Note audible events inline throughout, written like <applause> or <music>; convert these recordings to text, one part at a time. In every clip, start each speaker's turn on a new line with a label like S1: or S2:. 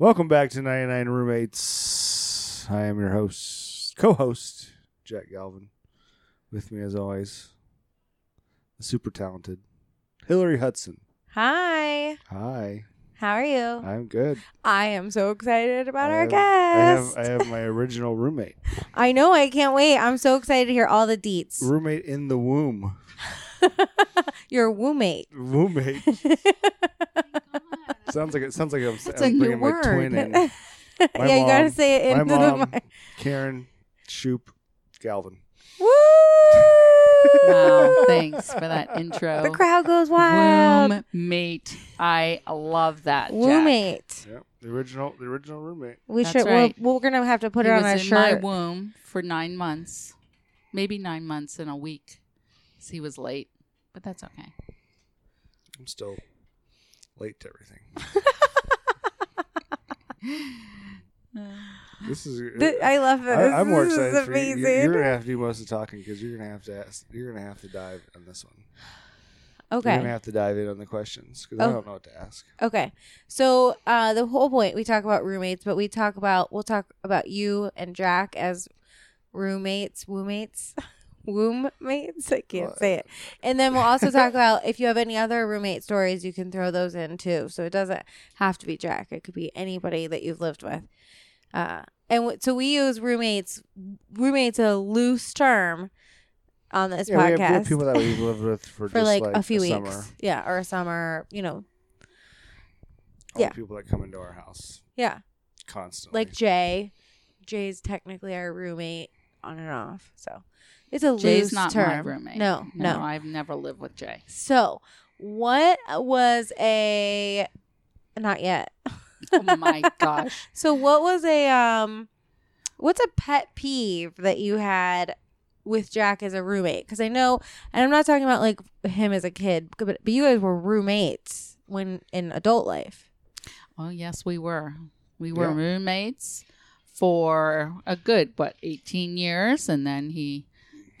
S1: Welcome back to 99 Roommates. I am your host, co host, Jack Galvin. With me, as always, the super talented Hillary Hudson.
S2: Hi.
S1: Hi,
S2: How are you?
S1: I'm good.
S2: I am so excited about
S1: Uh, I
S2: our
S1: have- I have,
S2: guest. I,
S1: I have my original
S2: <laughs>
S1: roommate,
S2: know. I can't wait. I'm so excited to hear all the deets.
S1: roommate in the womb,
S2: <laughs>
S1: <laughs>
S2: Your roommate.
S1: roommate.
S2: <laughs> That's
S1: Sounds like it sounds like I'm,
S2: That's
S1: I'm
S2: a new
S1: bringing my
S2: word.
S1: twin in.
S2: yeah, you
S1: mom-
S2: gotta say it
S1: My
S2: <laughs> in the
S1: mom, Karen, Shoop, Galvin.
S2: Woo!
S3: Wow, thanks for that
S2: <laughs>
S3: intro.
S2: The crowd goes wild.
S3: Womb mate. I love that. Jack.
S2: Roommate.
S1: Yeah, the original, the original roommate.
S2: We
S3: That's
S2: should.
S3: right.
S2: We're, we're gonna have to put
S3: He
S2: it on
S3: was
S2: a
S3: in my
S2: shirt.
S3: womb for nine months, maybe nine months and a week. 'cause he was late, but that's
S2: <laughs>
S3: okay.
S1: I'm still late to everything. This is.
S2: Th- I love it.
S1: I, am more
S2: This is
S1: excited for you.
S2: amazing.
S1: you. You're gonna have to do most of the talking because you're gonna have to ask. You're gonna have to dive on this one. You're gonna
S2: okay.
S1: have to dive in on the questions because I
S2: Oh.
S1: don't know what to ask.
S2: Okay. So uh, the whole point we talk about roommates, but we talk about we'll talk about you and Jack as roommates, <laughs> roommates, womb mates. I can't
S1: Well,
S2: say it. And then we'll also talk about if you have any other roommate stories, you can throw those in too. So it doesn't have to be Jack. It could be anybody that you've lived with. Uh, and w- so we use roommates. Roommates a loose term on this
S1: Yeah, we have,
S2: podcast
S1: we have people that
S2: <laughs>
S1: we've lived with for,
S2: for
S1: just
S2: like, a few weeks.
S1: Summer.
S2: Yeah, or a summer. You know.
S1: All the
S2: Yeah.
S1: people that come into our house
S2: Yeah.
S1: constantly.
S2: like Jay. Jay's technically our roommate on and off. So it's a
S3: Jay's
S2: loose
S3: not
S2: term.
S3: my roommate.
S2: No, no.
S3: I've never lived with Jay.
S2: So what was a not yet. <laughs>
S3: Oh my gosh.
S2: So what was a um what's a pet peeve that you had with Jack as a roommate? Cuz I know and I'm not talking about like him as a kid, but but you guys were roommates when in adult life.
S3: Oh yes, we were. We were
S1: Yeah.
S3: roommates for a good what, eighteen years, and then he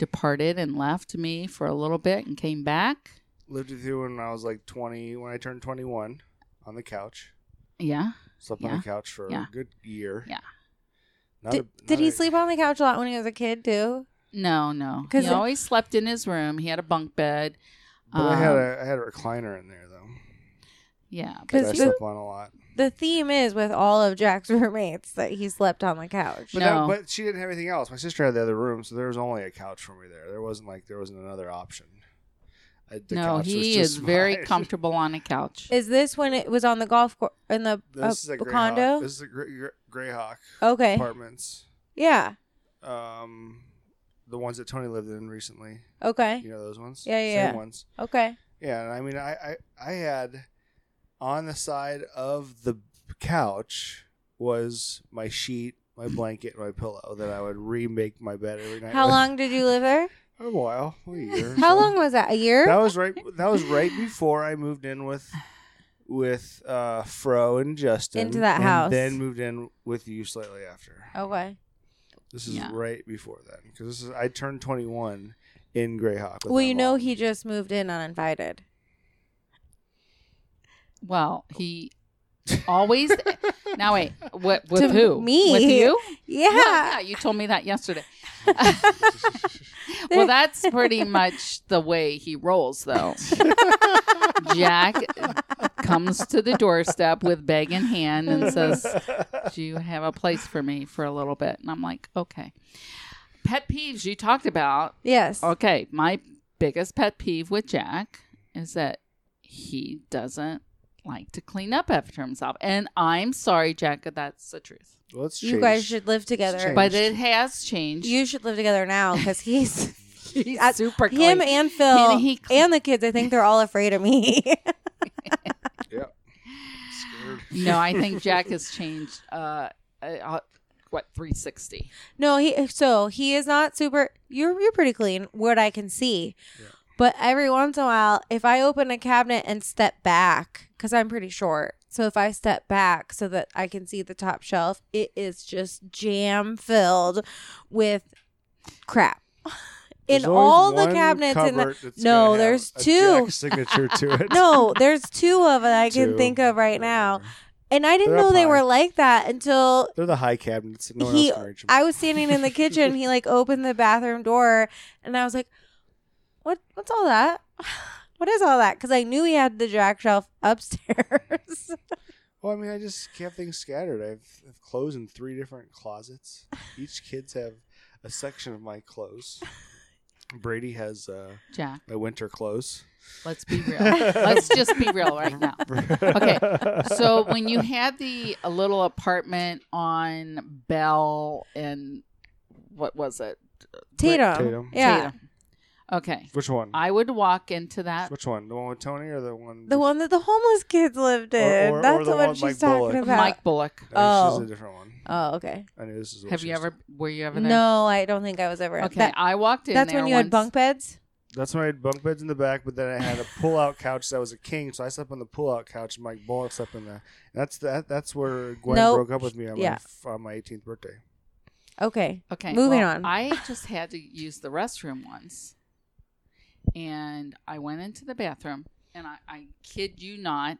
S3: departed and left me for a little bit and came back.
S1: lived with you when I was like 20. When I turned 21, on the couch,
S3: Yeah.
S1: slept on
S3: Yeah.
S1: the couch for
S3: Yeah.
S1: a good year.
S3: Yeah.
S1: Not
S2: Did,
S1: a-
S2: did
S1: not
S2: he
S1: a-
S2: sleep on the couch a lot when he was a kid too?
S3: No, no.
S2: 'Cause
S3: he
S2: it-
S3: always slept in his room. He had a bunk bed.
S1: But I had
S3: Um,
S1: a I had a recliner in there though.
S3: yeah. but-
S1: That
S2: 'Cause
S1: I
S2: you-
S1: slept on a lot.
S2: the theme is with all of Jack's <laughs> roommates that he slept on the couch.
S1: But, that,
S3: No.
S1: but she didn't have anything else. My sister had the other room, so there was only a couch for me there. There wasn't like there wasn't another option. I, the
S3: no,
S1: couch was
S3: he
S1: just <laughs>
S3: is very
S1: mine.
S3: comfortable on a couch.
S2: Is this when it was on the golf course in the
S1: This
S2: uh,
S1: is a Greyhawk.
S2: condo?
S1: This is a Grey, Greyhawk
S2: okay,
S1: apartments.
S2: yeah,
S1: Um, the ones that Tony lived in recently.
S2: okay,
S1: You know those ones.
S2: Yeah, yeah,
S1: Same
S2: yeah.
S1: ones.
S2: okay.
S1: Yeah, and I mean, I, I I had on the side of the couch was my sheet, my blanket, my pillow that I would remake my bed every night.
S2: How
S1: with. <laughs>
S2: long did you live there?
S1: A while, a year. or
S2: How
S1: so.
S2: long was that? A year?
S1: That was right. That was right before I moved in with with uh, Fro and Justin
S2: Into that
S1: and
S2: house. Oh,
S1: Then moved in with you slightly after.
S2: okay.
S1: This is
S3: Yeah.
S1: right before that because this is I turned twenty one in Greyhawk. with
S2: Well,
S1: my
S2: you know
S1: mom.
S2: he just moved in uninvited.
S3: Well, he always. <laughs>
S1: <laughs>
S3: now wait, what with
S2: To
S3: who?
S2: me.
S3: With you?
S2: <laughs> Yeah.
S3: Well, yeah, you told me that yesterday.
S2: <laughs>
S3: well, that's pretty much the way he rolls, though. Jack comes to the doorstep with bag in hand and says, do you have a place for me for a little bit? And I'm like, okay. Pet peeves you talked about.
S2: Yes.
S3: Okay, my biggest pet peeve with Jack is that he doesn't like to clean up after himself. And I'm sorry, Jack, but that's the truth.
S1: Well, it's
S2: You guys
S1: changed.
S2: should live together.
S1: changed.
S3: But it has changed.
S2: You should live together now because
S1: <laughs>
S2: he's
S3: <laughs> He's
S2: I-
S3: super
S2: him
S3: clean.
S2: and Phil
S3: And he-
S2: and the kids. I think they're all afraid of me. <laughs>
S1: Scared.
S3: <laughs> no, I think Jack has changed. Uh, uh, what 360?
S2: No, he so he is not super. You're you're pretty clean, what I can see.
S1: Yeah.
S2: But every once in a while, if I open a cabinet and step back, because I'm pretty short, so if I step back so that I can see the top shelf, it is just jam filled with
S1: <laughs>
S2: crap.
S1: <laughs> There's
S2: in
S1: always
S2: all the
S1: one
S2: cabinets in the <laughs>
S1: cupboard that's
S2: No,
S1: gotta have
S2: there's
S1: a
S2: two. <laughs>
S1: Jack signature to it.
S2: no, there's two of it I can
S1: Two.
S2: think of right now, And I didn't
S1: They're
S2: know
S1: up
S2: they were
S1: high.
S2: like that until
S1: They're the high cabinets. No one
S2: He-
S1: else can reach 'em.
S2: I was standing in the kitchen. He like opened the bathroom door, and I was like, "What? What's all that? <sighs> What is all that?" Because I knew he had the jack shelf <laughs> upstairs.
S1: Well, I mean, I just kept things scattered. I have, I have clothes in three different closets. Each kids have a section of my clothes. Brady has uh,
S3: Jack,
S1: my winter clothes.
S3: let's be real.
S1: <laughs>
S3: let's just be real right now. Okay, So when you had the a little apartment on Bell and what was it?
S2: Tatum.
S1: Tatum.
S2: Yeah.
S3: Tatum. Okay.
S1: which one?
S3: I would walk into that.
S1: which one? The one with Tony or the one?
S2: The one that the homeless kids lived in.
S1: or
S2: That's
S1: the
S2: the one
S1: one
S2: she's
S1: Mike
S2: talking
S1: Bullock.
S2: about.
S3: Mike Bullock.
S1: No, this
S2: oh.
S1: is a different one.
S2: Oh, okay.
S1: I knew this is. What
S3: Have
S1: she
S3: you
S1: was-
S3: ever? Were you ever there?
S2: No, I don't think I was ever.
S3: Okay,
S2: that-
S3: I walked in.
S2: that's
S3: there
S2: when you had
S3: once.
S2: bunk beds.
S1: That's when I had bunk beds in the back, but then I had a pull-out couch that was a king, so I slept on the pull-out couch, and Mike Bullock slept in the. That's that. That's where Gwen
S2: Nope.
S1: broke up with me on
S2: Yeah.
S1: my on my 18th birthday.
S2: Okay.
S3: Okay,
S2: Moving
S3: well,
S2: on. <laughs>
S3: I just had to use the restroom once, and I went into the bathroom, and I, I kid you not,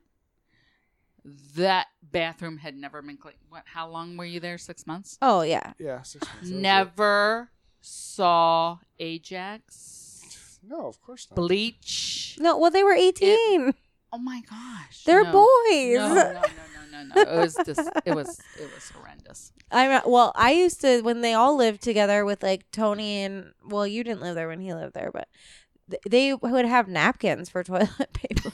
S3: that bathroom had never been cleaned. What? How long were you there? Six months.
S2: Oh yeah.
S1: Yeah, six months. That was it.
S3: Never saw
S1: <laughs>
S3: Ajax
S1: No, of course not.
S3: bleach.
S2: No, well they were eighteen.
S3: Oh my gosh,
S2: They're
S3: no.
S2: boys.
S3: No, no, no, no, no, no. It was dis- it was it was horrendous.
S2: I well, I used to when they all lived together with like Tony and well, you didn't live there when he lived there, but th- they would have napkins for <laughs> toilet paper.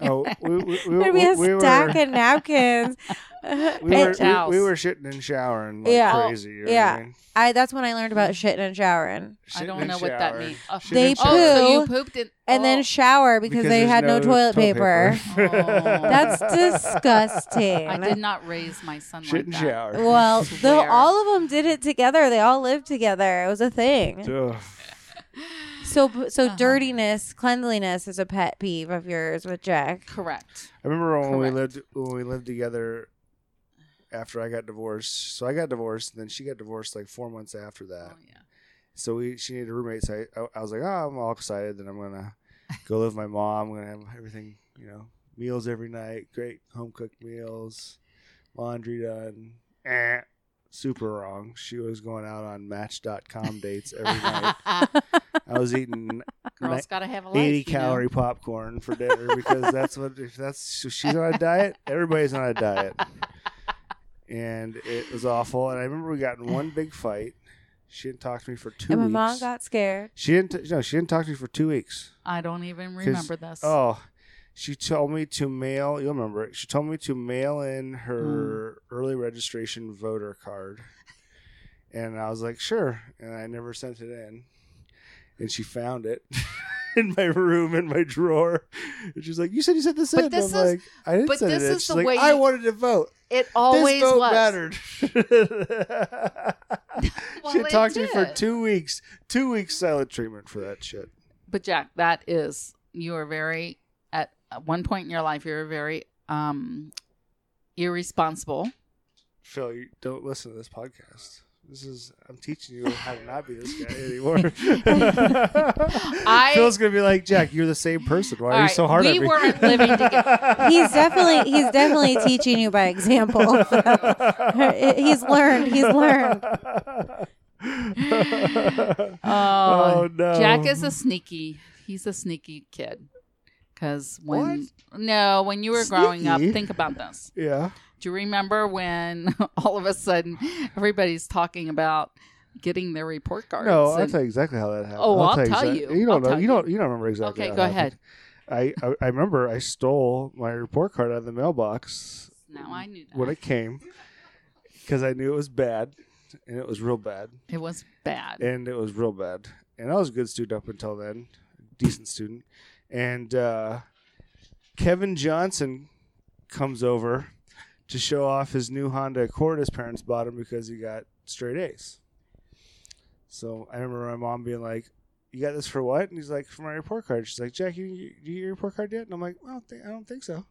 S1: Oh, we, we,
S2: <laughs>
S1: we,
S2: There'd be
S1: we,
S2: a
S1: we
S2: stack
S1: were.
S2: of napkins.
S1: <laughs>
S2: <laughs>
S1: We were,
S2: And
S1: we, we
S3: towels.
S1: were shitting and showering like
S2: Yeah.
S1: crazy. You know
S2: Yeah.
S1: What I, mean?
S2: I that's when I learned about shitting and showering,
S3: I
S1: Shitting
S3: don't
S1: and
S3: know what that
S1: showering.
S3: means. Oh,
S1: Shitting
S2: They
S1: and
S2: poo
S1: showering.
S3: Oh, so you pooped in,
S2: and then
S3: oh.
S2: shower because, they
S1: there's
S2: had no, toilet, paper.
S3: Oh.
S2: That's disgusting.
S3: I
S1: <laughs>
S3: did not raise my son
S1: Shit and
S3: like that.
S1: shower.
S2: <laughs>
S1: <laughs>
S2: Well, the,
S3: Swear.
S2: all of them did it together. They all lived together. It was a thing.
S1: Ugh.
S2: So, b- so
S3: Uh-huh.
S2: dirtiness, cleanliness is a pet peeve of yours with Jack.
S3: Correct.
S1: I remember when we
S3: Correct.
S1: lived when we lived together after I got divorced. So I got divorced, and then she got divorced like four months after that.
S3: Oh, yeah.
S1: So we she needed a roommate. So I, I was like, oh, I'm all excited that I'm
S2: <laughs>
S1: gonna go live with my mom. I'm gonna have everything, you know, meals every night, great home cooked meals, laundry done. Eh, super wrong. She was going out on Match.com dates
S2: <laughs>
S1: every night.
S3: Uh,
S1: I was eating
S3: <laughs> Girls gotta have a life.
S1: eighty
S3: you know?
S1: calorie popcorn for dinner because that's what if that's so she's on a diet. Everybody's on a diet, and it was awful. And I remember we got in one big fight. She didn't talk to me for two
S2: and my
S1: weeks.
S2: mom got scared.
S1: she didn't. No, she didn't talk to me for two weeks.
S3: <laughs> I don't even remember this.
S1: Oh, she told me to mail. You'll remember it. She told me to mail in her early registration voter card, and I was like, sure. And I never sent it in, and she found it. <laughs> In my room, in my drawer, and she's like, "You said you sent this
S3: But
S1: in."
S3: this
S1: I'm
S3: is-
S1: like, "I didn't
S3: but
S1: send
S3: this
S1: it in."
S3: is
S1: She's
S3: the
S1: like,
S3: way
S1: "I
S3: you-
S1: wanted to vote.
S3: it always
S1: this vote
S3: was.
S1: mattered."
S3: <laughs> Well,
S1: she
S3: it
S1: talked to me for
S3: did.
S1: two weeks. Two weeks silent treatment for that shit.
S3: But Jack, that is you were very at at one point in your life you were very um irresponsible.
S1: Phil, you don't listen to this podcast. This is I'm teaching you how to not be this
S2: <laughs>
S1: guy anymore.
S3: I-
S1: Phil's gonna be like, Jack, you're the same person. Why are
S3: All
S1: you
S3: right,
S1: so hard on
S3: we
S1: me?
S3: weren't
S1: <laughs>
S3: living together.
S2: He's definitely he's definitely teaching you by example. <laughs> He's learned.
S1: <laughs>
S2: He's learned.
S1: oh,
S3: Oh,
S1: no.
S3: Jack is a sneaky. He's a sneaky kid. Because when no, when you were growing up,
S1: Sneaky?
S3: think about this.
S1: yeah.
S3: Do you remember when <laughs> all of a sudden everybody's talking about getting their report cards?
S1: No, I'll
S3: and-
S1: tell you exactly how that happened.
S3: Oh, I'll
S1: you
S3: tell
S1: exact-
S3: you.
S1: You don't
S3: I'll
S1: know.
S3: tell
S1: You
S3: you.
S1: don't. You don't remember exactly.
S3: Okay,
S1: how
S3: go
S1: it
S3: ahead.
S1: happened. I, I I remember I stole my report card out of the mailbox
S3: Now I knew that.
S1: when it came because I knew it was bad, and it was real bad,
S3: it was bad.
S1: and it was real bad. And I was a good student up until then, decent student. And uh, Kevin Johnson comes over to show off his new Honda Accord his parents bought him because he got straight A's. So I remember my mom being like, "You got this for what?" And he's like, "For my report card." She's like, "Jack, you, you you get your report card yet?" And I'm like, "I don't think I don't think so.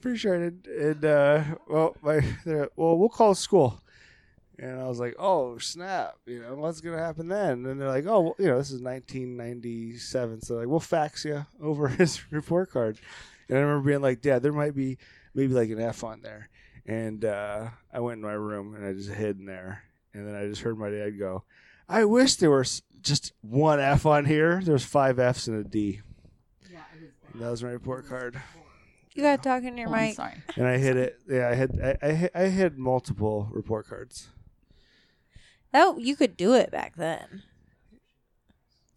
S1: Pretty sure I did." And uh, well, my they're like, well, we'll call school. And I was like, "Oh snap! You know what's gonna happen then?" And they're like, "Oh, well, you know this is 1997, so like we'll fax you <laughs> over his report card." And I remember being like, "Dad, there might be maybe like an F on there." And uh, I went in my room and I just hid in there. And then I just heard my dad go, I wish there was just one F on here. There's five F's and a D. And that was my report card.
S2: You got talking to your
S3: Oh, I'm
S2: mic.
S3: sorry.
S1: And I hid it. Yeah, I had I, I, hid- I had multiple report cards.
S2: Oh, you could do it back then.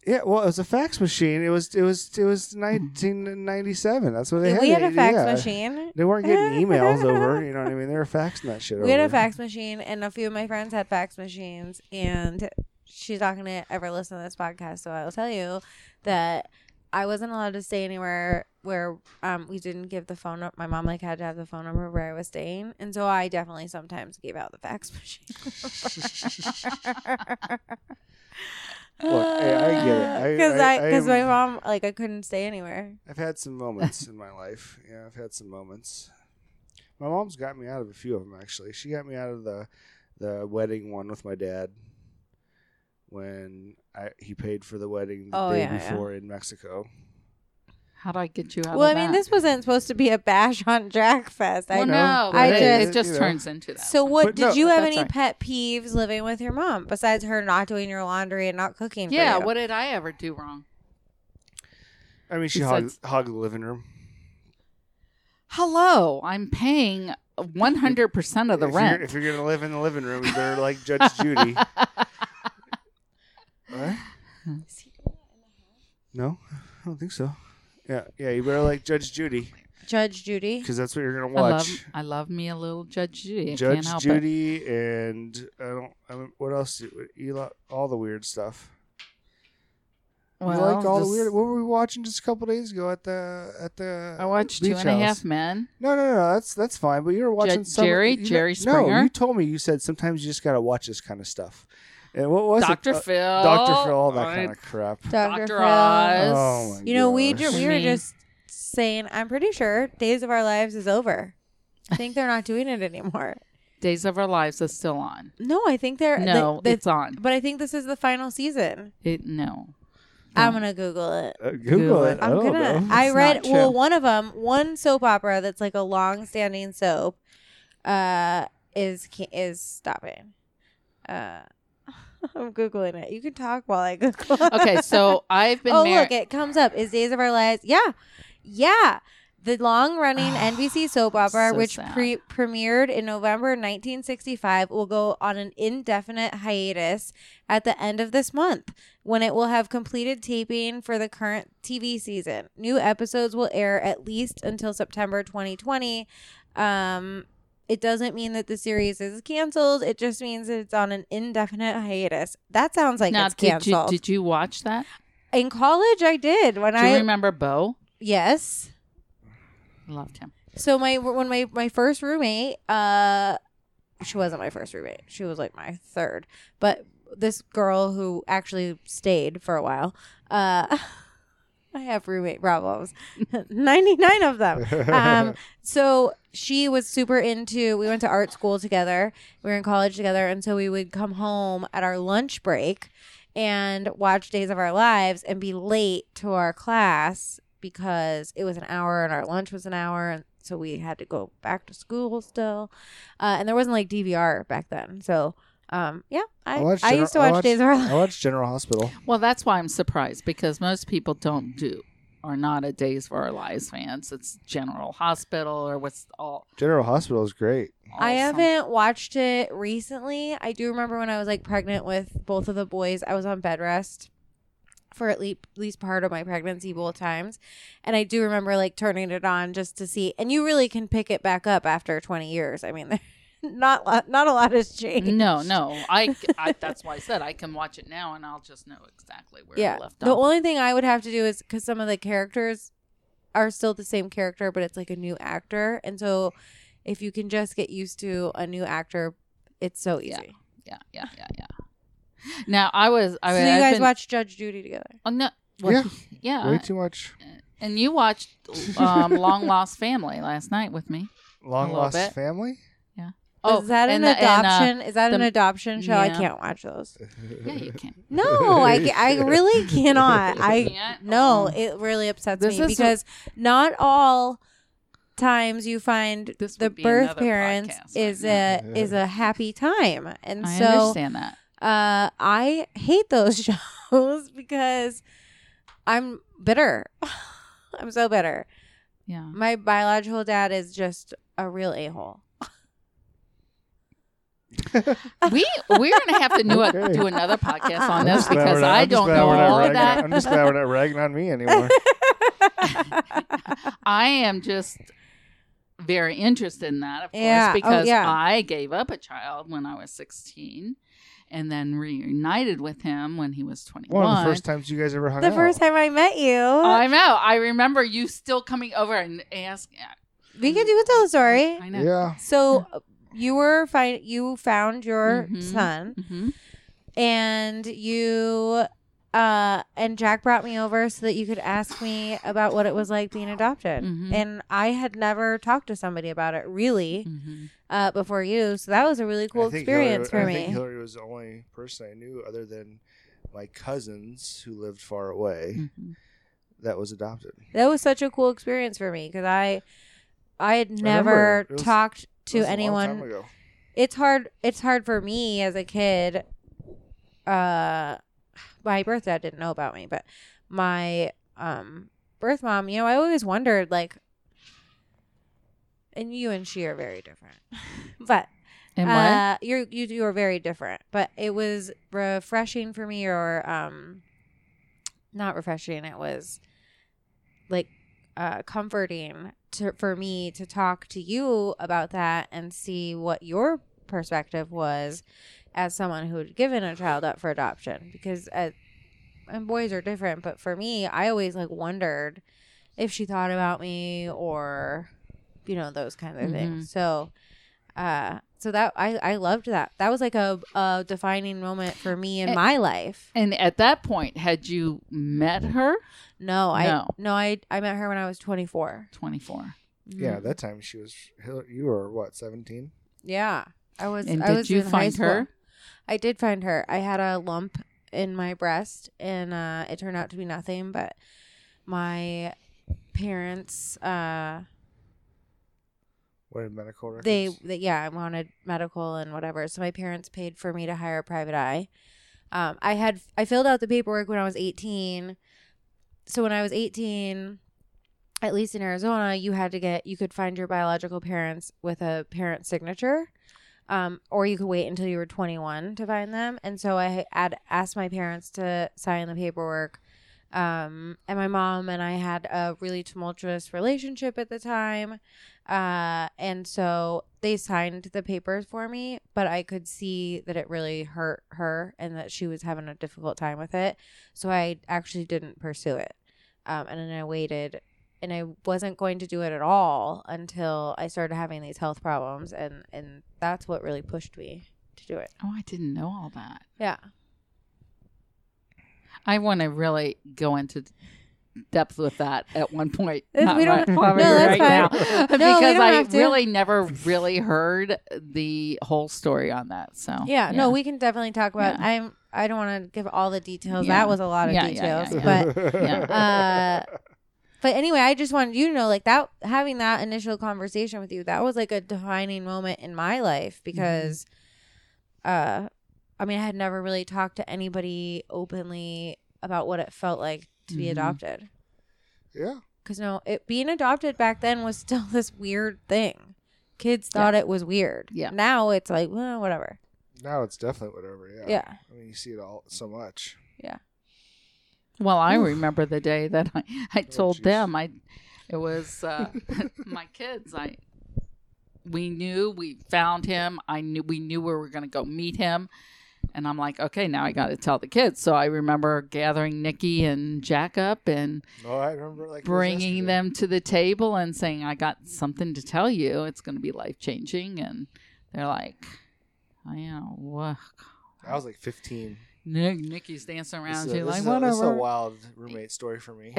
S1: Yeah, well, it was a fax machine. It was it was it was 1997. That's what they had.
S2: we had
S1: They-
S2: a fax
S1: yeah.
S2: machine.
S1: They weren't
S2: <laughs>
S1: getting emails over. You know what I mean? They were faxing that shit.
S2: We had a
S1: over.
S2: fax machine, and a few of my friends had fax machines. And she's not going to ever listen to this podcast, so I will tell you that I wasn't allowed to stay anywhere where um, we didn't give the phone up. My mom like had to have the phone number where I was staying, and so I definitely sometimes gave out the fax <laughs> machine.
S1: Look, hey, I get it.
S2: <laughs>
S1: I-
S2: Because
S1: I-
S2: I,
S1: I
S2: because
S1: am-
S2: my mom like I couldn't stay anywhere.
S1: <laughs> I've had some moments in my life. Yeah, I've had some moments. My mom's got me out of a few of them actually. She got me out of the the wedding one with my dad when I he paid for the wedding the
S2: Oh,
S1: day
S2: yeah, yeah.
S1: before in Mexico.
S3: How do I get you out
S2: well, I
S3: of that?
S2: mean, this wasn't supposed to be a bash on Jack Fest. I
S3: Well,
S1: know,
S3: no,
S2: I
S3: I just, it
S2: just-
S3: just
S1: you know.
S3: turns into that.
S2: So what
S1: But
S2: did
S1: no,
S2: you have
S3: that's
S2: any
S3: right.
S2: pet peeves living with your mom besides her not doing your laundry and not cooking? for
S3: Yeah,
S2: you?
S3: what did I ever do wrong?
S1: I mean, she
S3: Besides-
S1: hogged, hogged the living room.
S3: Hello, I'm paying 100% of the
S1: if You're,
S3: rent.
S1: if you're gonna live in the living room, you better like Judge
S2: <laughs>
S1: Judy.
S3: <laughs>
S1: What? No, I don't think so. Yeah, yeah, you better like Judge Judy
S2: Judge Judy?
S1: because that's what you're gonna
S3: I
S1: watch.
S3: love, I love me a little Judge Judy. I
S1: Judge
S3: can't help it.
S1: Judy and I don't. I don't what else? Do you, you lo- all the weird stuff. you like all
S3: just-
S1: the weird. What were we watching just a couple days ago at the at the?
S3: I watched
S1: Beach
S3: Two and a Half
S1: House?
S3: Men.
S1: No, no, no. That's that's fine. But you were watching some,
S3: Jerry?
S1: you know-
S3: Jerry
S1: No,
S3: Springer?
S1: you told me. You said sometimes you just gotta watch this kind of stuff. And what was
S3: Dr.
S1: it? Uh,
S3: Phil.
S1: Dr. Phil, all that
S3: I-
S1: kind of crap.
S2: Dr.
S3: Dr.
S2: Phil.
S3: Oz.
S1: Oh my
S2: You know, we
S1: gosh.
S2: ju- we were
S3: Me.
S2: just saying. I'm pretty sure Days of Our Lives is over. I think they're not doing it anymore.
S3: Days of Our Lives is still on.
S2: No, I think they're
S3: No,
S2: the- the-
S3: it's on.
S2: but I think this is the final season.
S3: It no.
S2: I'm
S3: Don't.
S2: gonna Google it.
S1: Uh, Google,
S3: Google
S1: it.
S3: it.
S1: I
S2: I'm
S1: don't
S2: gonna.
S1: know. <laughs>
S2: I
S3: It's
S2: read
S3: not
S2: well
S3: true.
S2: one of them, one soap opera that's like a long-standing soap, uh, is ca- is stopping. Uh, <laughs> I'm googling it. You can talk while I Google.
S3: Okay,
S2: <laughs>
S3: so I've been
S2: oh look,
S3: married.
S2: it comes up. Is Days of Our Lives? Yeah, yeah. The
S3: <sighs>
S2: long-running NBC soap opera,
S3: So
S2: which
S3: sad.
S2: pre- premiered in November 1965, will go on an indefinite hiatus at the end of this month, when it will have completed taping for the current TV season. New episodes will air at least until September 2020. Um, it doesn't mean that the series is canceled. It just means that it's on an indefinite hiatus. That sounds like
S3: now,
S2: it's
S3: did you
S2: canceled.
S3: did you watch that?
S2: in college, I did when
S3: Do
S2: I
S3: you remember Bo?
S2: Yes.
S3: Loved him.
S2: So my when my my first roommate, uh, she wasn't my first roommate. She was like my third, but this girl who actually stayed for a while. Uh, <laughs> I have roommate problems, <laughs> ninety nine of them.
S1: <laughs>
S2: Um, so she was super into. We went to art school together. We were in college together, and so we would come home at our lunch break and watch Days of Our Lives and be late to our class because it was an hour and our lunch was an hour, and so we had to go back to school still. Uh, and there wasn't like DVR back then, so um, yeah,
S1: I
S2: I, I,
S1: watched Gener-
S2: used to
S1: I
S2: watch
S1: watched-
S2: Days of Our Lives.
S1: I watched General Hospital.
S3: Well, that's why I'm surprised because most people don't do are not a Days of Our Lives fans. It's General Hospital or what's all.
S1: General Hospital is great.
S2: I
S3: awesome.
S2: haven't watched it recently. I do remember when I was like pregnant with both of the boys, I was on bed rest for at least, at least part of my pregnancy both times. And I do remember like turning it on just to see. And you really can pick it back up after 20 years. I mean, <laughs> not lot, not a lot has changed. <laughs>
S3: No, no. I, I that's why I said I can watch it now and I'll just know exactly where
S2: Yeah.
S3: I left
S2: The
S3: off.
S2: only thing I would have to do is because some of the characters are still the same character, but it's like a new actor. And so if you can just get used to a new actor, it's so easy.
S3: Yeah. yeah, yeah, yeah, yeah. Now I was I
S2: so
S3: was
S2: you guys watch Judge Judy together.
S3: oh, no, well, <laughs>
S2: <laughs>
S3: yeah.
S1: Way too much.
S3: And you watched um, Long Lost Family last night with me.
S1: Long
S3: little
S1: lost
S3: bit.
S1: family.
S2: is that an
S3: and the- and, uh,
S2: adoption? is that an
S3: the-
S2: adoption show? I
S3: yeah.
S2: can't watch those.
S1: <laughs>
S3: yeah, you can.
S2: <laughs> No, I, ca- I <laughs> really cannot. I <laughs>
S3: Can't?
S2: no,
S3: Um,
S2: it really upsets
S3: This
S2: me
S3: is-
S2: because not all times you find
S3: This
S2: the
S3: would be
S2: birth
S3: another
S2: parents
S3: podcast right
S2: is
S1: now.
S2: a is a happy time, and
S3: I
S2: so
S3: understand that.
S2: uh, I hate those <laughs> shows because I'm bitter. <laughs> I'm so bitter.
S3: Yeah.
S2: My biological dad is just a real a hole.
S3: We we're gonna have to do, a,
S1: <laughs> Okay.
S3: do another podcast on
S1: I'm
S3: this
S1: just glad
S3: because
S1: we're not-
S3: I
S1: I'm just
S3: don't
S1: glad
S3: know
S1: we're not
S3: all of
S1: ragging-
S3: that.
S1: I'm just glad we're not ragging on me
S2: <laughs>
S3: <laughs>
S1: anymore.
S3: I am just very interested in that, of course,
S2: Yeah. Oh,
S3: because
S2: yeah.
S3: I gave up a child when I was 16 and then reunited with him when he was 21.
S1: One of the first times you guys ever hung
S2: the
S1: out.
S2: first time I met you,
S3: I know. I remember you still coming over and asking.
S2: we can do a tell story.
S3: I know.
S1: Yeah.
S2: So uh, you were fine. You found your
S3: Mhm.
S2: son,
S3: hmm
S2: and you. Uh, and Jack brought me over so that you could ask me about what it was like being adopted.
S3: Mhm.
S2: And I had never talked to somebody about it really.
S3: hmm
S2: uh, before you. So that was a really cool
S1: I think Hillary,
S2: experience for
S1: I
S2: me.
S1: think Hillary was the only person I knew, other than my cousins who lived far away,
S2: Mm.
S3: Mm-hmm.
S1: that was adopted.
S2: that was such a cool experience for me because I, I had
S1: remember
S2: never
S1: it was-
S2: talked
S1: It
S2: to
S1: was a long time
S2: anyone.
S1: ago.
S2: It's hard. It's hard for me as a kid. Uh, my birth dad didn't know about me, but my um birth mom. You know, I always wondered like. And you and she are very different, <laughs> but
S3: And what?
S2: Uh, you're, you you are very different, but it was refreshing for me, or um, not refreshing. It was like uh, comforting to, for me to talk to you about that and see what your perspective was as someone who had given a child up for adoption because uh, and boys are different but for me i always like wondered if she thought about me or you know those kinds of
S3: Mm-hmm.
S2: things so uh so that i i loved that that was like a, a defining moment for me in
S3: And-
S2: my life
S3: And at that point, had you met her?
S2: no i
S3: No.
S2: no, i i met her when i was Mm-hmm. 24
S3: 24.
S2: Mm.
S1: Yeah, that time she was. Hillary, you were what, seventeen?
S2: yeah i was
S3: And
S2: I
S3: did
S2: was
S3: you
S2: in high
S3: find
S2: school.
S3: her?
S2: I did find her. I had a lump in my breast, and uh, it turned out to be nothing. But my parents, uh,
S1: What did medical records? <laughs>
S2: they, they, yeah, I wanted medical and whatever. So my parents paid for me to hire a private eye. Um, I had I filled out the paperwork when I was eighteen. So when I was eighteen, at least in Arizona, you had to get you could find your biological parents with a parent signature. um, or you could wait until you were 21 to find them. And so I had asked my parents to sign the paperwork. Um, and my mom and I had a really tumultuous relationship at the time. Uh, and so they signed the papers for me, but I could see that it really hurt her and that she was having a difficult time with it. So I actually didn't pursue it. Um, and then I waited and I wasn't going to do it at all until I started having these health problems and and that's what really pushed me to do it.
S3: Oh, I didn't know all that.
S2: Yeah.
S3: I want to really go into depth with that at one point.
S2: If
S3: Not
S2: we don't-
S3: right,
S2: <laughs>
S3: probably
S2: no, that's
S3: right now.
S2: fine. No, we
S3: because
S2: don't
S3: I
S2: have to.
S3: really never really heard the whole story on that. So
S2: Yeah, no, we can definitely talk about
S3: Oh, Yeah.
S2: I'm I don't want to give all the details.
S3: Yeah.
S2: That was a lot of
S3: Yeah, yeah, yeah,
S2: details,
S3: yeah.
S2: but
S1: yeah.
S2: uh, but anyway, I just wanted you to know like that having that initial conversation with you, that was like a defining moment in my life because uh I mean, I had never really talked to anybody openly about what it felt like to be
S3: Mhm.
S2: adopted.
S1: yeah.
S2: Cause no, it being adopted back then was <laughs> still this weird thing. Kids thought it was weird.
S3: Yeah.
S2: Now it's like, well, whatever.
S1: Now it's definitely whatever. Yeah.
S2: Yeah.
S1: I mean, you see it all so much.
S3: Well, I
S1: Oof.
S3: remember the day that I, I told
S1: jeez.
S3: them I it was uh, <laughs> my kids. I we knew we found him. I knew we knew where we were going to go meet him. And I'm like, okay, now I got to tell the kids. So I remember gathering Nikki and Jack up and
S1: No, I remember like it was
S3: bringing
S1: yesterday.
S3: them to the table and saying, I got something to tell you. It's going to be life changing. And they're like, "Oh, I know. wha-
S1: I was like fifteen.
S3: Nick, Nikki's dancing
S1: This
S3: around.
S1: is, a, this,
S3: She's like,
S1: is a, this is a
S3: whatever.
S1: wild roommate story for
S3: <laughs>
S1: me.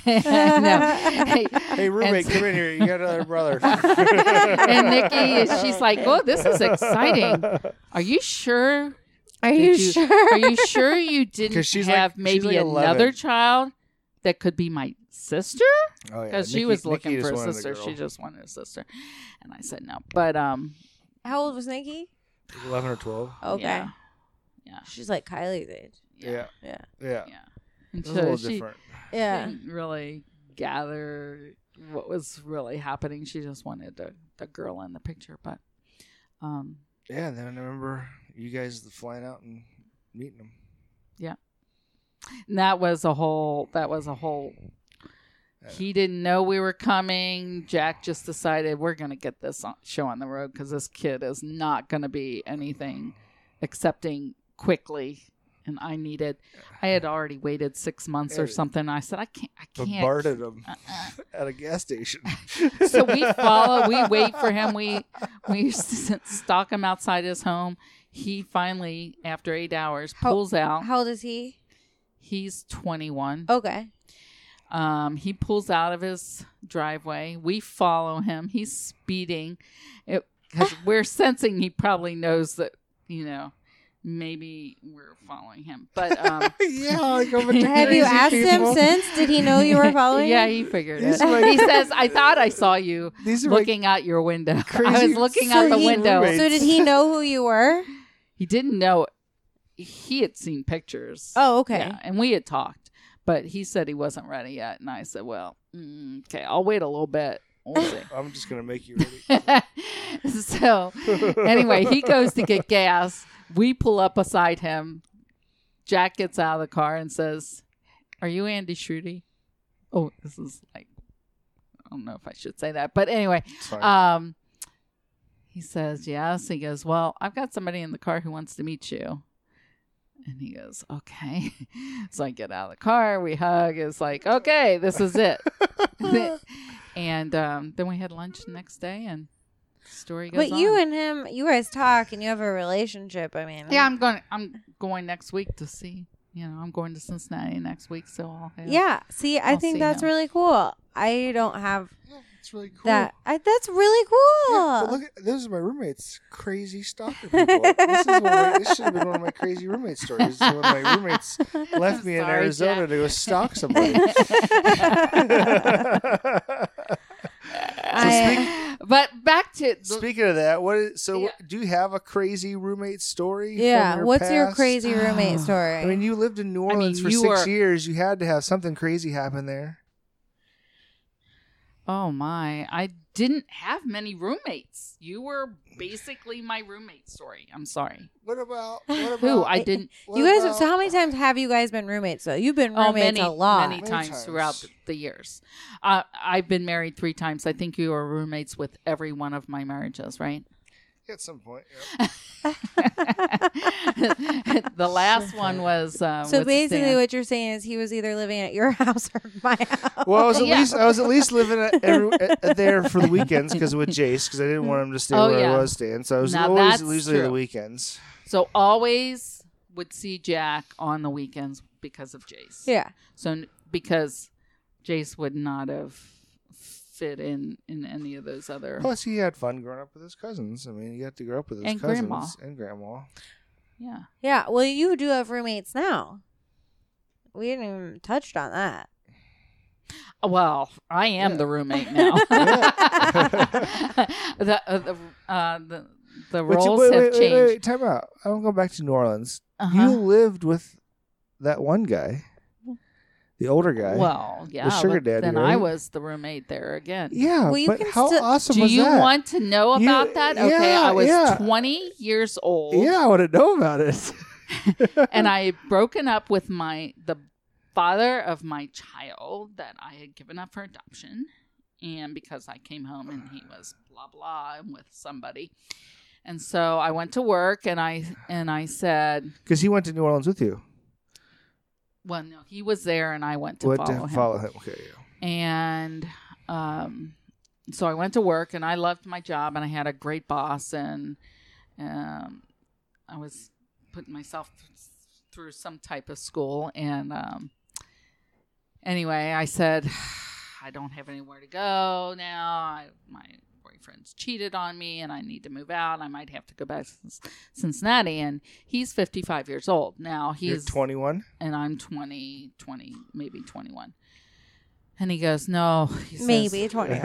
S1: <laughs>
S3: No.
S1: hey, roommate,
S3: And-
S1: come in here. <laughs> You got another brother.
S3: <laughs> and Nikki, is- she's like, "Oh, this
S1: <laughs>
S3: is exciting.
S1: Oh,
S3: Are you sure?
S2: Are
S3: Did
S2: you,
S3: you-
S2: sure?
S3: Are you sure you
S1: <laughs>
S3: didn't
S1: 'Cause she's like-
S3: have
S1: she's
S3: maybe
S1: like 11.
S3: another child that could be my sister
S1: Oh yeah,
S3: because she
S1: Nikki-
S3: was
S1: Nikki
S3: looking
S1: just
S3: for
S1: wanted
S3: a sister.
S1: girl.
S3: She just wanted a sister, and I said no. But um,
S2: How old was Nikki?
S1: eleven or twelve.
S2: Okay.
S3: yeah, yeah,
S2: She's like Kylie's age.
S3: yeah,
S1: Yeah,
S2: Yeah.
S1: yeah.
S3: yeah. And
S1: It's a little
S3: she
S1: different.
S2: Yeah.
S3: didn't really gather what was really happening. She just wanted the, the girl in the picture, but um,
S1: Yeah, and then I remember you guys flying out and meeting them.
S3: and that was a whole. That was a whole. He didn't know we were coming. Jack just decided we're going to get this on, show on the road because this kid is not going to be anything accepting quickly. And I needed, I had already waited six months or
S1: Yeah.
S3: something. I said, I can't, I can't.
S1: bombarded them
S3: Uh-uh.
S1: at a gas station.
S3: <laughs> So we follow, we wait for him. We we <laughs> used to stalk him outside his home. He finally, after eight hours,
S2: How-
S3: pulls out.
S2: How old is he?
S3: He's 21.
S2: Okay.
S3: Um, he pulls out of his driveway. We follow him. He's speeding.
S2: <laughs>
S3: Because we're sensing he probably knows that, you know, maybe we're following him. But um,
S1: <laughs> yeah, like
S3: <laughs>
S1: a bunch of
S2: Have you
S1: crazy
S2: asked him
S1: people.
S2: since? Did he know you were following?
S3: yeah,
S2: him?
S3: he figured
S1: These
S3: it.
S1: are like-
S2: <laughs>
S3: he says, I thought I saw you
S1: These are like
S3: looking out your window. <laughs> I
S1: crazy
S3: was looking out the
S2: freaking
S3: window.
S1: roommates.
S2: So did he know who you were?
S3: He didn't know. He had seen pictures.
S2: Oh, okay.
S3: Yeah, and we had talked, but he said he wasn't ready yet. And I said, well, mm, okay, I'll wait a little bit.
S2: <laughs>
S3: We'll see.
S1: I'm just gonna make you
S3: <laughs>
S1: ready.
S3: so anyway, he goes to get gas. We pull up beside him. Jack gets out of the car and says, Are you Andy Shruti? Oh, this is like I don't know if I should say that. But anyway,
S1: It's fine. <laughs>
S3: um he says, Yes. He goes, Well, I've got somebody in the car who wants to meet you. And he goes, Okay. <laughs> so I get out of the car, we hug, it's like, Okay, this is it. <laughs> and um, then we had lunch the next day and story
S2: But
S3: goes
S2: you
S3: on.
S2: and him, you guys talk and you have a relationship. I mean,
S3: Yeah, I'm going I'm going next week to see you know, I'm going to Cincinnati next week, so I'll have
S2: Yeah. See, I
S3: I'll
S2: think
S3: see
S2: that's
S3: him.
S2: really cool. I don't have
S1: yeah, it's really cool.
S2: that. I, that's really cool.
S1: Yeah, but look, at, those are my roommates. Crazy stalker people. this is one of my, this should have been one of my crazy roommate stories. One of my
S3: <laughs>
S1: roommates left me in
S3: Sorry,
S1: Arizona
S3: Jack.
S1: to go stalk somebody.
S3: <laughs>
S1: <laughs>
S2: <laughs> I- uh,
S3: but back to the-
S1: Speaking of that, what is, so
S3: Yeah.
S1: do you have a crazy roommate story?
S2: yeah.
S1: from
S2: What's your
S1: past?
S2: crazy <gasps> roommate story?
S1: I mean, you lived in New
S3: I mean,
S1: Orleans for
S3: you
S1: six
S3: were-
S1: years. You had to have something crazy happen there.
S3: Oh my, I didn't have many roommates. You were basically my roommate story. I'm sorry.
S1: What
S2: <sighs>
S1: about what about
S3: Who?
S2: I-
S3: I didn't
S1: what
S2: you uh, guys.
S1: about-
S2: so how many times have you guys been roommates? Though you've been roommates
S3: oh many
S2: a lot.
S3: many
S1: Many
S3: times,
S1: times.
S3: throughout the years. Uh, I've been married 3 times. I think you were roommates with every one of my marriages, right?
S1: At some point,
S3: <laughs> the last one was uh,
S2: so
S3: with
S2: basically,
S3: Stan.
S2: what you're saying is he was either living at your <laughs> house or my house.
S1: <laughs> Well, I was at
S3: Yeah.
S1: least I was at least living at,
S2: <laughs>
S1: every, at, at there for the weekends because with Jace because I didn't want him to stay
S3: Oh,
S1: where
S3: yeah.
S1: I was staying. So I was
S3: Now
S1: always
S3: that's
S1: usually the
S3: true.
S1: weekends.
S3: so always would see Jack on the weekends because of Jace.
S2: yeah.
S3: So n- because Jace would not have fit in in any of those other.
S1: Plus, he had fun growing up with his cousins. I mean, he got to grow up with his
S3: And
S1: cousins
S3: grandma.
S1: and grandma.
S3: Yeah.
S2: Yeah. Well, you do have roommates now. We didn't even touched on that.
S3: Oh, Well, I am
S1: Yeah.
S3: the roommate
S1: <laughs>
S3: now. <laughs> the, uh, the, uh, the
S1: But
S3: the
S1: you-
S3: roles
S1: wait,
S3: have
S1: wait, wait,
S3: changed.
S1: wait, wait, time out. I don't go back to New Orleans. You
S3: Uh-huh.
S1: lived with that one guy, the older guy.
S3: Well, yeah.
S1: sugar
S3: but
S1: daddy,
S3: then
S1: right?
S3: I was the roommate there again.
S1: yeah,
S2: Well, you
S1: but
S2: can
S1: how
S2: still-
S1: awesome
S3: Do
S1: was
S3: you
S1: that?
S3: want to know
S1: You-
S3: about that? Okay,
S1: yeah,
S3: I was
S1: yeah.
S3: 20 years old.
S1: <laughs> yeah, I want to know about it.
S3: <laughs>
S1: <laughs>
S3: and I had broken up with my the father of my child that I had given up for adoption, and because I came home and he was blah blah and with somebody, and so I went to work and I and I said,
S1: Because he went to New Orleans with you.
S3: well, no, he was there and I went to
S1: Went
S3: follow him,
S1: follow him. Okay, yeah.
S3: and um, so I went to work and I loved my job and I had a great boss and um, I was putting myself through some type of school and um, anyway I said <sighs> I don't have anywhere to go now I, my boyfriend's cheated on me and I need to move out I might have to go back to Cin- Cincinnati and he's 55 years old now he's
S1: You're 21.
S3: and I'm 20, 20, maybe 21. And he goes, No. he says- <laughs>
S2: Maybe 21.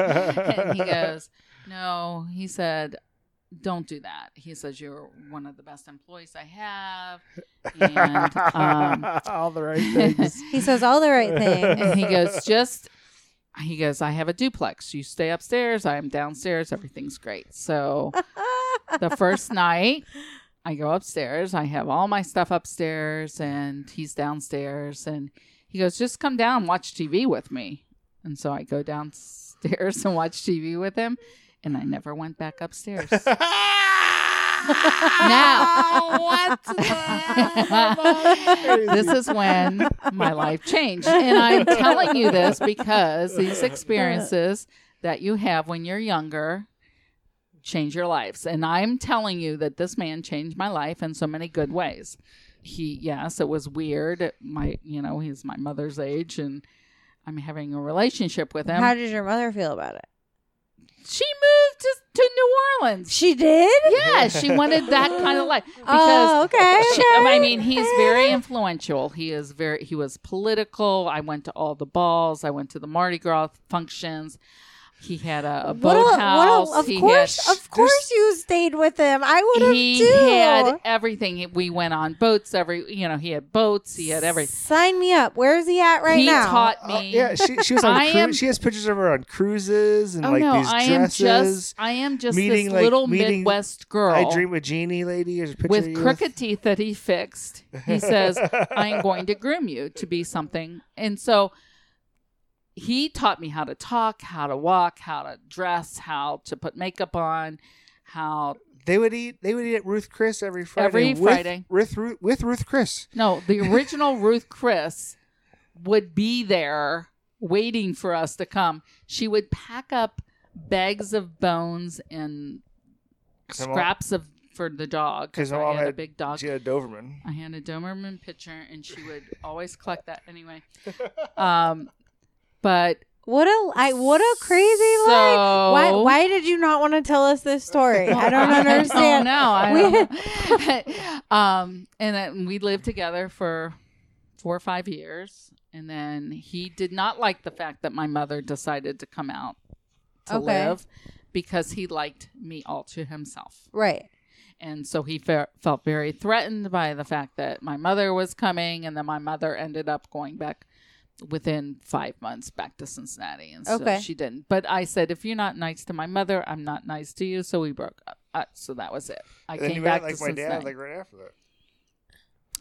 S3: and he goes, No. He said, Don't do that. He says, You're one of the best employees I have. <laughs> And, um,
S1: <laughs> All the right
S3: <laughs>
S1: things.
S2: he says all the right things.
S3: and he goes, Just, he goes, I have a duplex. You stay upstairs. I am downstairs. Everything's great. So the first night, I go upstairs. I have all my stuff upstairs, and he's downstairs. And he goes, "Just come down, and watch TV with me." And so I go downstairs <laughs> and watch TV with him, and I never went back upstairs. now,
S2: <laughs> what?
S3: this is when my life changed, and
S2: <laughs>
S3: I'm telling you this because these experiences that you have when you're younger change your lives. And I'm telling you that this man changed my life in so many good ways. He, yes, it was weird. My, you know, he's my mother's age and I'm having a relationship with him.
S2: How did your mother feel about it?
S3: she moved to, to New Orleans.
S2: She did.
S3: Yeah, she wanted
S2: <laughs>
S3: that kind of life because
S2: oh, okay.
S3: she,
S2: okay.
S3: I mean, he's very influential. He is very. He was political. I went to all the balls. I went to the Mardi Gras functions. He had a, a
S2: What a- what a-
S3: boathouse.
S2: of
S3: he
S2: course,
S3: had,
S2: of course, you stayed with him. I would have
S3: he
S2: too.
S3: had everything. He- We went on boats every, you know, he had boats, he had everything.
S2: Sign me up. Where is he at right
S3: he
S2: now?
S3: taught
S4: Oh,
S3: me.
S4: yeah, she, she was on.
S3: I
S4: cru-
S3: am-
S4: she has pictures of her on cruises and
S3: oh
S4: like
S3: no,
S4: these
S3: I am
S4: dresses.
S3: just, I am just
S4: meeting,
S3: this
S4: like,
S3: little
S4: meeting-
S3: Midwest girl
S4: I dream with Jeannie lady. There's a picture of
S3: with
S4: you
S3: crooked teeth that he fixed.
S4: <laughs>
S3: He says,
S1: <laughs>
S3: "I'm going to groom you to be something," and so he taught me how to talk, how to walk, how to dress, how to put makeup on, how
S4: They would eat. They would eat at Ruth Chris every Friday.
S3: Every
S4: with,
S3: Friday.
S4: with Ruth with Ruth Chris.
S3: No, the original Ruth Chris would be there waiting for us to come. She would pack up bags of bones and
S4: Come on.
S3: scraps of for the dog because
S4: 'Cause
S3: I
S4: all
S3: had a
S4: that-
S3: big dog.
S4: She had a Doberman.
S3: I had a Doberman picture, and she would always collect that anyway. Um, but
S2: What a I what a crazy
S3: So-
S2: life. Why
S3: <laughs>
S2: why did you not want to tell us this story? I don't understand.
S3: No, I
S2: We-
S3: don't know. <laughs> um, and then we lived together for four or five years, and then he did not like the fact that my mother decided to come out to
S2: Okay.
S3: live because he liked me all to himself,
S2: Right.
S3: and so he fe- felt very threatened by the fact that my mother was coming, and then my mother ended up going back. Within five months, back to Cincinnati, and so
S2: Okay.
S3: she didn't. But I said, if you're not nice to my mother, I'm not nice to you. So we broke up. Uh, so that was it. I
S4: And then
S3: came
S4: you
S3: back
S4: met like
S3: to
S4: my
S3: Cincinnati.
S4: dad like right after that.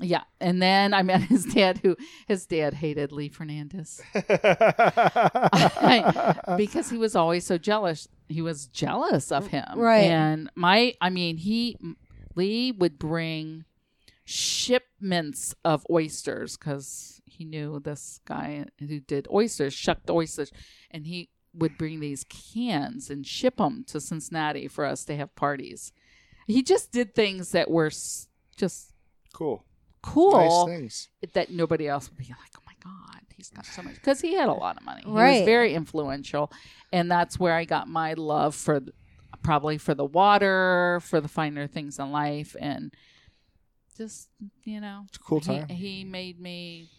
S3: Yeah, and then I met <laughs> his dad, who his dad hated Lee Fernandez
S1: Uh,
S3: <laughs> because he was always so jealous. He was jealous of him,
S2: Right.
S3: And my, I mean, he Lee would bring shipments of oysters because he knew this guy who did oysters, shucked oysters, and he would bring these cans and ship them to Cincinnati for us to have parties. He just did things that were s- just
S4: <laughs> Cool.
S3: cool
S4: Nice things.
S3: that nobody else would be like, oh my God, he's got so much. Because he had a lot of money. He
S2: Right.
S3: was very influential. And that's where I got my love for th- probably for the water, for the finer things in life. And just, you know,
S4: It's a cool
S3: he,
S4: time.
S3: he made me.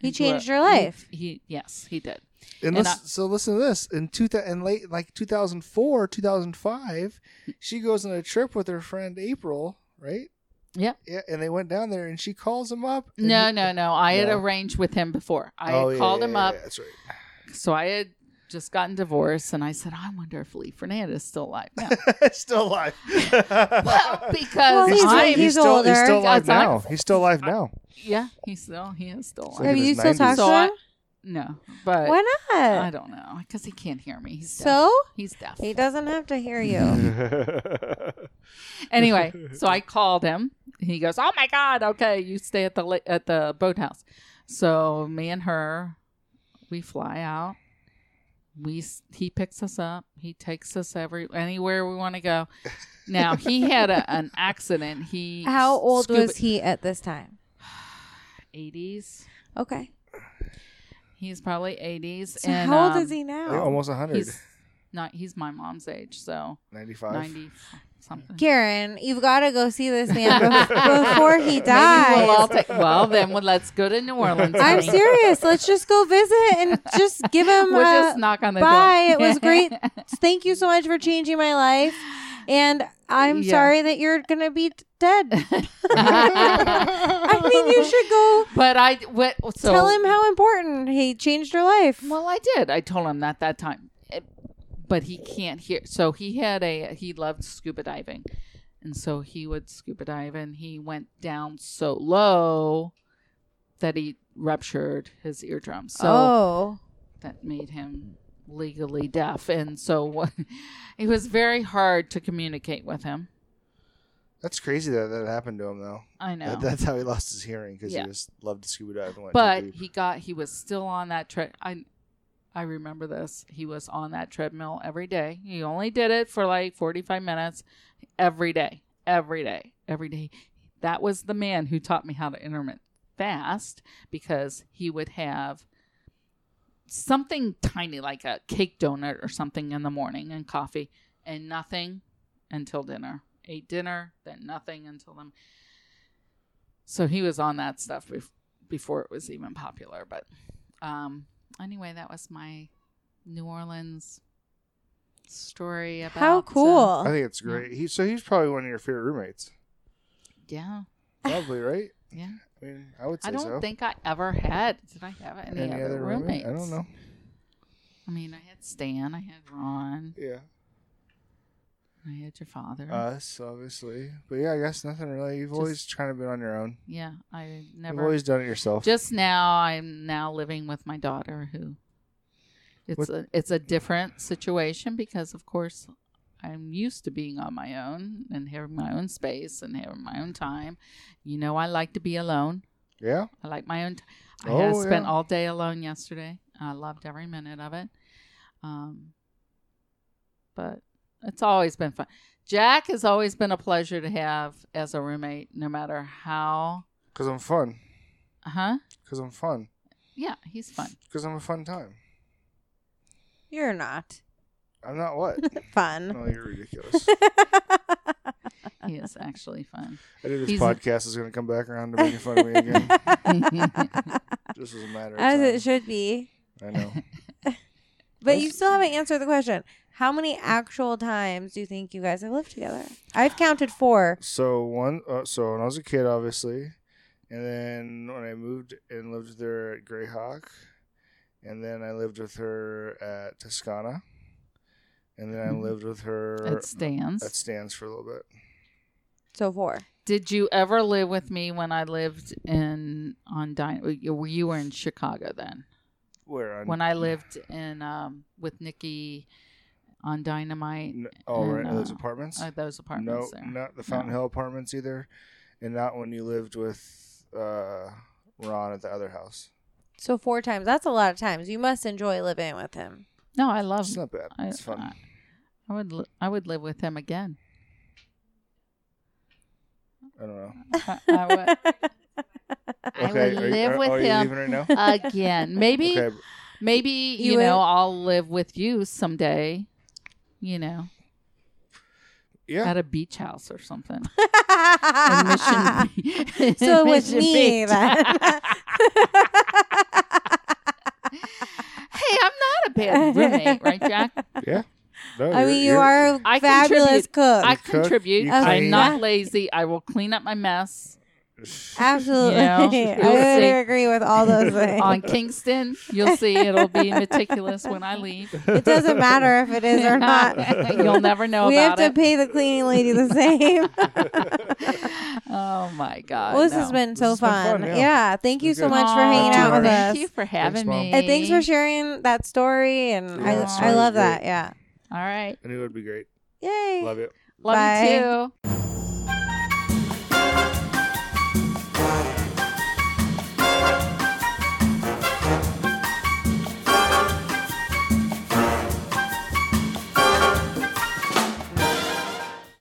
S2: He
S3: into a-
S2: changed your life.
S3: He, he- yes, he did.
S4: and
S3: and
S4: listen, so listen to this. In two thou- in late like 2004, 2005, she goes on a trip with her friend April, right?
S3: Yep.
S4: Yeah, and they went down there, and she calls him up. and
S3: No,
S4: he-
S3: no, no. I had
S4: Yeah.
S3: arranged with him before. I
S4: Oh,
S3: had
S4: yeah,
S3: called
S4: yeah,
S3: him
S4: yeah,
S3: up.
S4: yeah, that's right. <laughs>
S3: So I had just gotten divorced and I said, I wonder if Lee Fernandez is still alive
S2: <laughs>
S3: now. <laughs>
S4: still alive.
S3: well, because
S2: Well, he's
S3: I'm
S2: like- he's
S4: still, He's
S2: older.
S4: still alive
S3: That's not-
S4: now. He's still alive now.
S2: <laughs>
S3: Yeah, he's still he is still
S4: So
S3: alive.
S2: Have
S4: in
S2: you
S4: his
S2: still
S4: 90s.
S2: talked
S3: So
S2: to
S3: I-
S2: him?
S3: No, but
S2: Why
S3: I
S2: not?
S3: don't know because he can't hear me. He's deaf.
S2: So
S3: he's deaf.
S2: he doesn't have to hear
S3: Mm-hmm.
S2: you. <laughs>
S3: Anyway, so I called him. He goes, "Oh my god, okay, you stay at the la- at the boathouse." So me and her, we fly out. We s- he picks us up. He takes us every anywhere we want to go. Now he had a, an accident. He
S2: How old was he at this time?
S3: <sighs> Eighties.
S2: Okay.
S3: He's probably eighties.
S2: So
S3: and
S2: how old
S3: um,
S1: Oh,
S2: is he now?
S4: Almost 100.
S3: He's not. He's my mom's age, so
S4: 95.
S3: 90. something.
S2: Karen, you've got to go see this
S3: <laughs>
S2: man bef- before he dies.
S3: Maybe we'll all take. Well, then well, let's go to New Orleans.
S2: I'm
S3: honey.
S2: serious. Let's just go visit and just
S3: <laughs>
S2: give him
S3: We'll
S2: a
S3: just knock on the
S2: bye. It
S3: door. <laughs>
S2: was great. <laughs> thank you so much for changing my life. And I'm
S3: Yeah.
S2: sorry that you're going to be d- dead. I mean,
S3: <laughs>
S2: you should go
S3: But I what, so,
S2: tell him how important he changed your life.
S3: Well, I did. I told him that that time, It- but he can't hear. So he had a he loved scuba diving, and so he would scuba dive, and he went down so low that he ruptured his eardrum. So
S2: oh.
S3: that made him legally deaf, and so <laughs> it was very hard to communicate with him.
S1: That's crazy that that happened to him though.
S3: I know.
S1: That, that's how he lost his hearing because
S3: Yeah.
S1: he just loved to scuba dive. And went too
S3: but
S1: deep.
S3: he got he was still on that trip i i remember this he was on that treadmill every day he only did it for like 45 minutes every day every day every day that was the man who taught me how to intermittent fast because he would have something tiny like a cake donut or something in the morning and coffee and nothing until dinner ate dinner then nothing until then so he was on that stuff before before it was even popular. But um, anyway, that was my New Orleans story about
S2: How
S3: uh,
S2: cool.
S1: I think it's great. He so he's probably one of your favorite roommates.
S3: yeah,
S1: Probably right.
S3: yeah.
S1: I mean, I would say
S3: I don't
S1: so.
S3: think I ever had. Did I have any, other, roommates?
S1: roommate? I don't know.
S3: I mean, I had Stan. I had Ron.
S1: Yeah,
S3: I had your father.
S1: us obviously, but yeah, I guess nothing really. You've always kind of been on your own.
S3: yeah, I
S1: You've
S3: never.
S1: always done it yourself.
S3: Just now, I'm now living with my daughter, who it's
S1: What-
S3: a it's a different situation because, of course, I'm used to being on my own and having my own space and having my own time. You know, I like to be alone.
S1: yeah,
S3: I like my own. T- I
S1: Oh,
S3: had spent
S1: yeah.
S3: all day alone yesterday. I loved every minute of it. Um, but it's always been fun. Jack has always been a pleasure to have as a roommate, no matter how.
S1: because I'm fun.
S3: Huh?
S1: Because I'm fun.
S3: Yeah, he's fun.
S1: Because I'm a fun time.
S2: You're not
S1: I'm not what?
S2: fun.
S3: <laughs>
S1: no, Oh, you're ridiculous.
S3: He is actually fun.
S1: I knew this
S3: He's-
S1: podcast is going to come back around to
S2: <laughs>
S1: making fun of me
S3: <laughs>
S1: again. Just as a matter of
S2: As it
S1: time.
S2: should be.
S1: I
S3: <laughs>
S1: know.
S2: But you still haven't answered the question. How many actual times do you think you guys have lived together? I've counted four.
S1: So one, uh, so when I was a kid, obviously, and then when I moved and lived with her at Greyhawk, and then I lived with her at Toscana, and then I
S3: Mhm.
S1: lived with her
S3: It stands.
S1: at Stan's for a little bit.
S2: So four.
S3: Did you ever live with me when I lived in on Dine? You were- you were in Chicago then.
S1: Where on,
S3: When I lived in um, with Nikki on Dynamite,
S1: N- oh right, those
S3: No.
S1: apartments.
S3: uh, those apartments
S1: no,
S3: there.
S1: not the Fountain
S3: No.
S1: Hill apartments either, and not when you lived with uh, Ron at the other house.
S2: So four times. That's a lot of times. You must enjoy living with him.
S3: No, I love.
S1: It's not bad.
S3: Um, I,
S1: It's fun.
S3: I, I would. Li- I would live with him again.
S1: I don't know.
S3: I, <laughs> I
S1: <laughs>
S3: would, I would
S1: are you-
S3: live
S1: are-
S3: with
S1: are you
S3: him
S1: leaving right now?
S2: <laughs>
S3: Uh, again. Maybe.
S1: Okay,
S3: Maybe you,
S2: You would-
S3: know I'll live with you someday. You know,
S1: yeah.
S3: <laughs> at a beach house or something.
S2: <laughs>
S3: in
S2: so
S3: Mission Beach. <laughs> In
S2: with
S3: Mission
S2: me
S3: Beach. <laughs>
S2: then.
S3: hey, I'm not a bad roommate,
S2: <laughs>
S3: right, Jack?
S1: Yeah. No,
S2: I
S1: Oh, you're-
S2: mean, you
S1: you're-
S2: are
S1: <laughs>
S2: a
S3: I
S2: fabulous
S3: contribute.
S2: cook.
S3: I
S1: cook,
S3: contribute.
S1: you
S3: I'm
S1: clean.
S3: not lazy. I will clean up my mess
S2: Absolutely. <laughs>
S3: You know,
S2: I
S3: you'll
S2: would
S3: see.
S2: agree with all those things. <laughs>
S3: <laughs> on Kingston. You'll see it'll be meticulous when I leave.
S2: it
S1: <laughs>
S2: doesn't matter if it
S3: <laughs>
S2: is or not.
S3: You'll never know
S2: we have
S3: about
S2: to
S3: it.
S2: pay the cleaning lady the same.
S3: <laughs>
S2: <laughs>
S3: oh my god.
S2: well, this
S3: no.
S2: has been so
S1: has been
S2: fun.
S1: fun, yeah.
S2: yeah. Thank you
S1: It's
S2: so
S1: good.
S2: much for
S3: Aw,
S2: hanging out with us.
S3: Thank you for having
S1: Mom.
S3: me.
S1: And
S2: And thanks for sharing that story. And
S1: Yeah, that
S2: I, I
S1: story's
S2: love
S1: great.
S2: that. Yeah.
S3: All right.
S1: And it would be great.
S2: Yay.
S1: Love it.
S3: Love
S2: Bye.
S3: you too.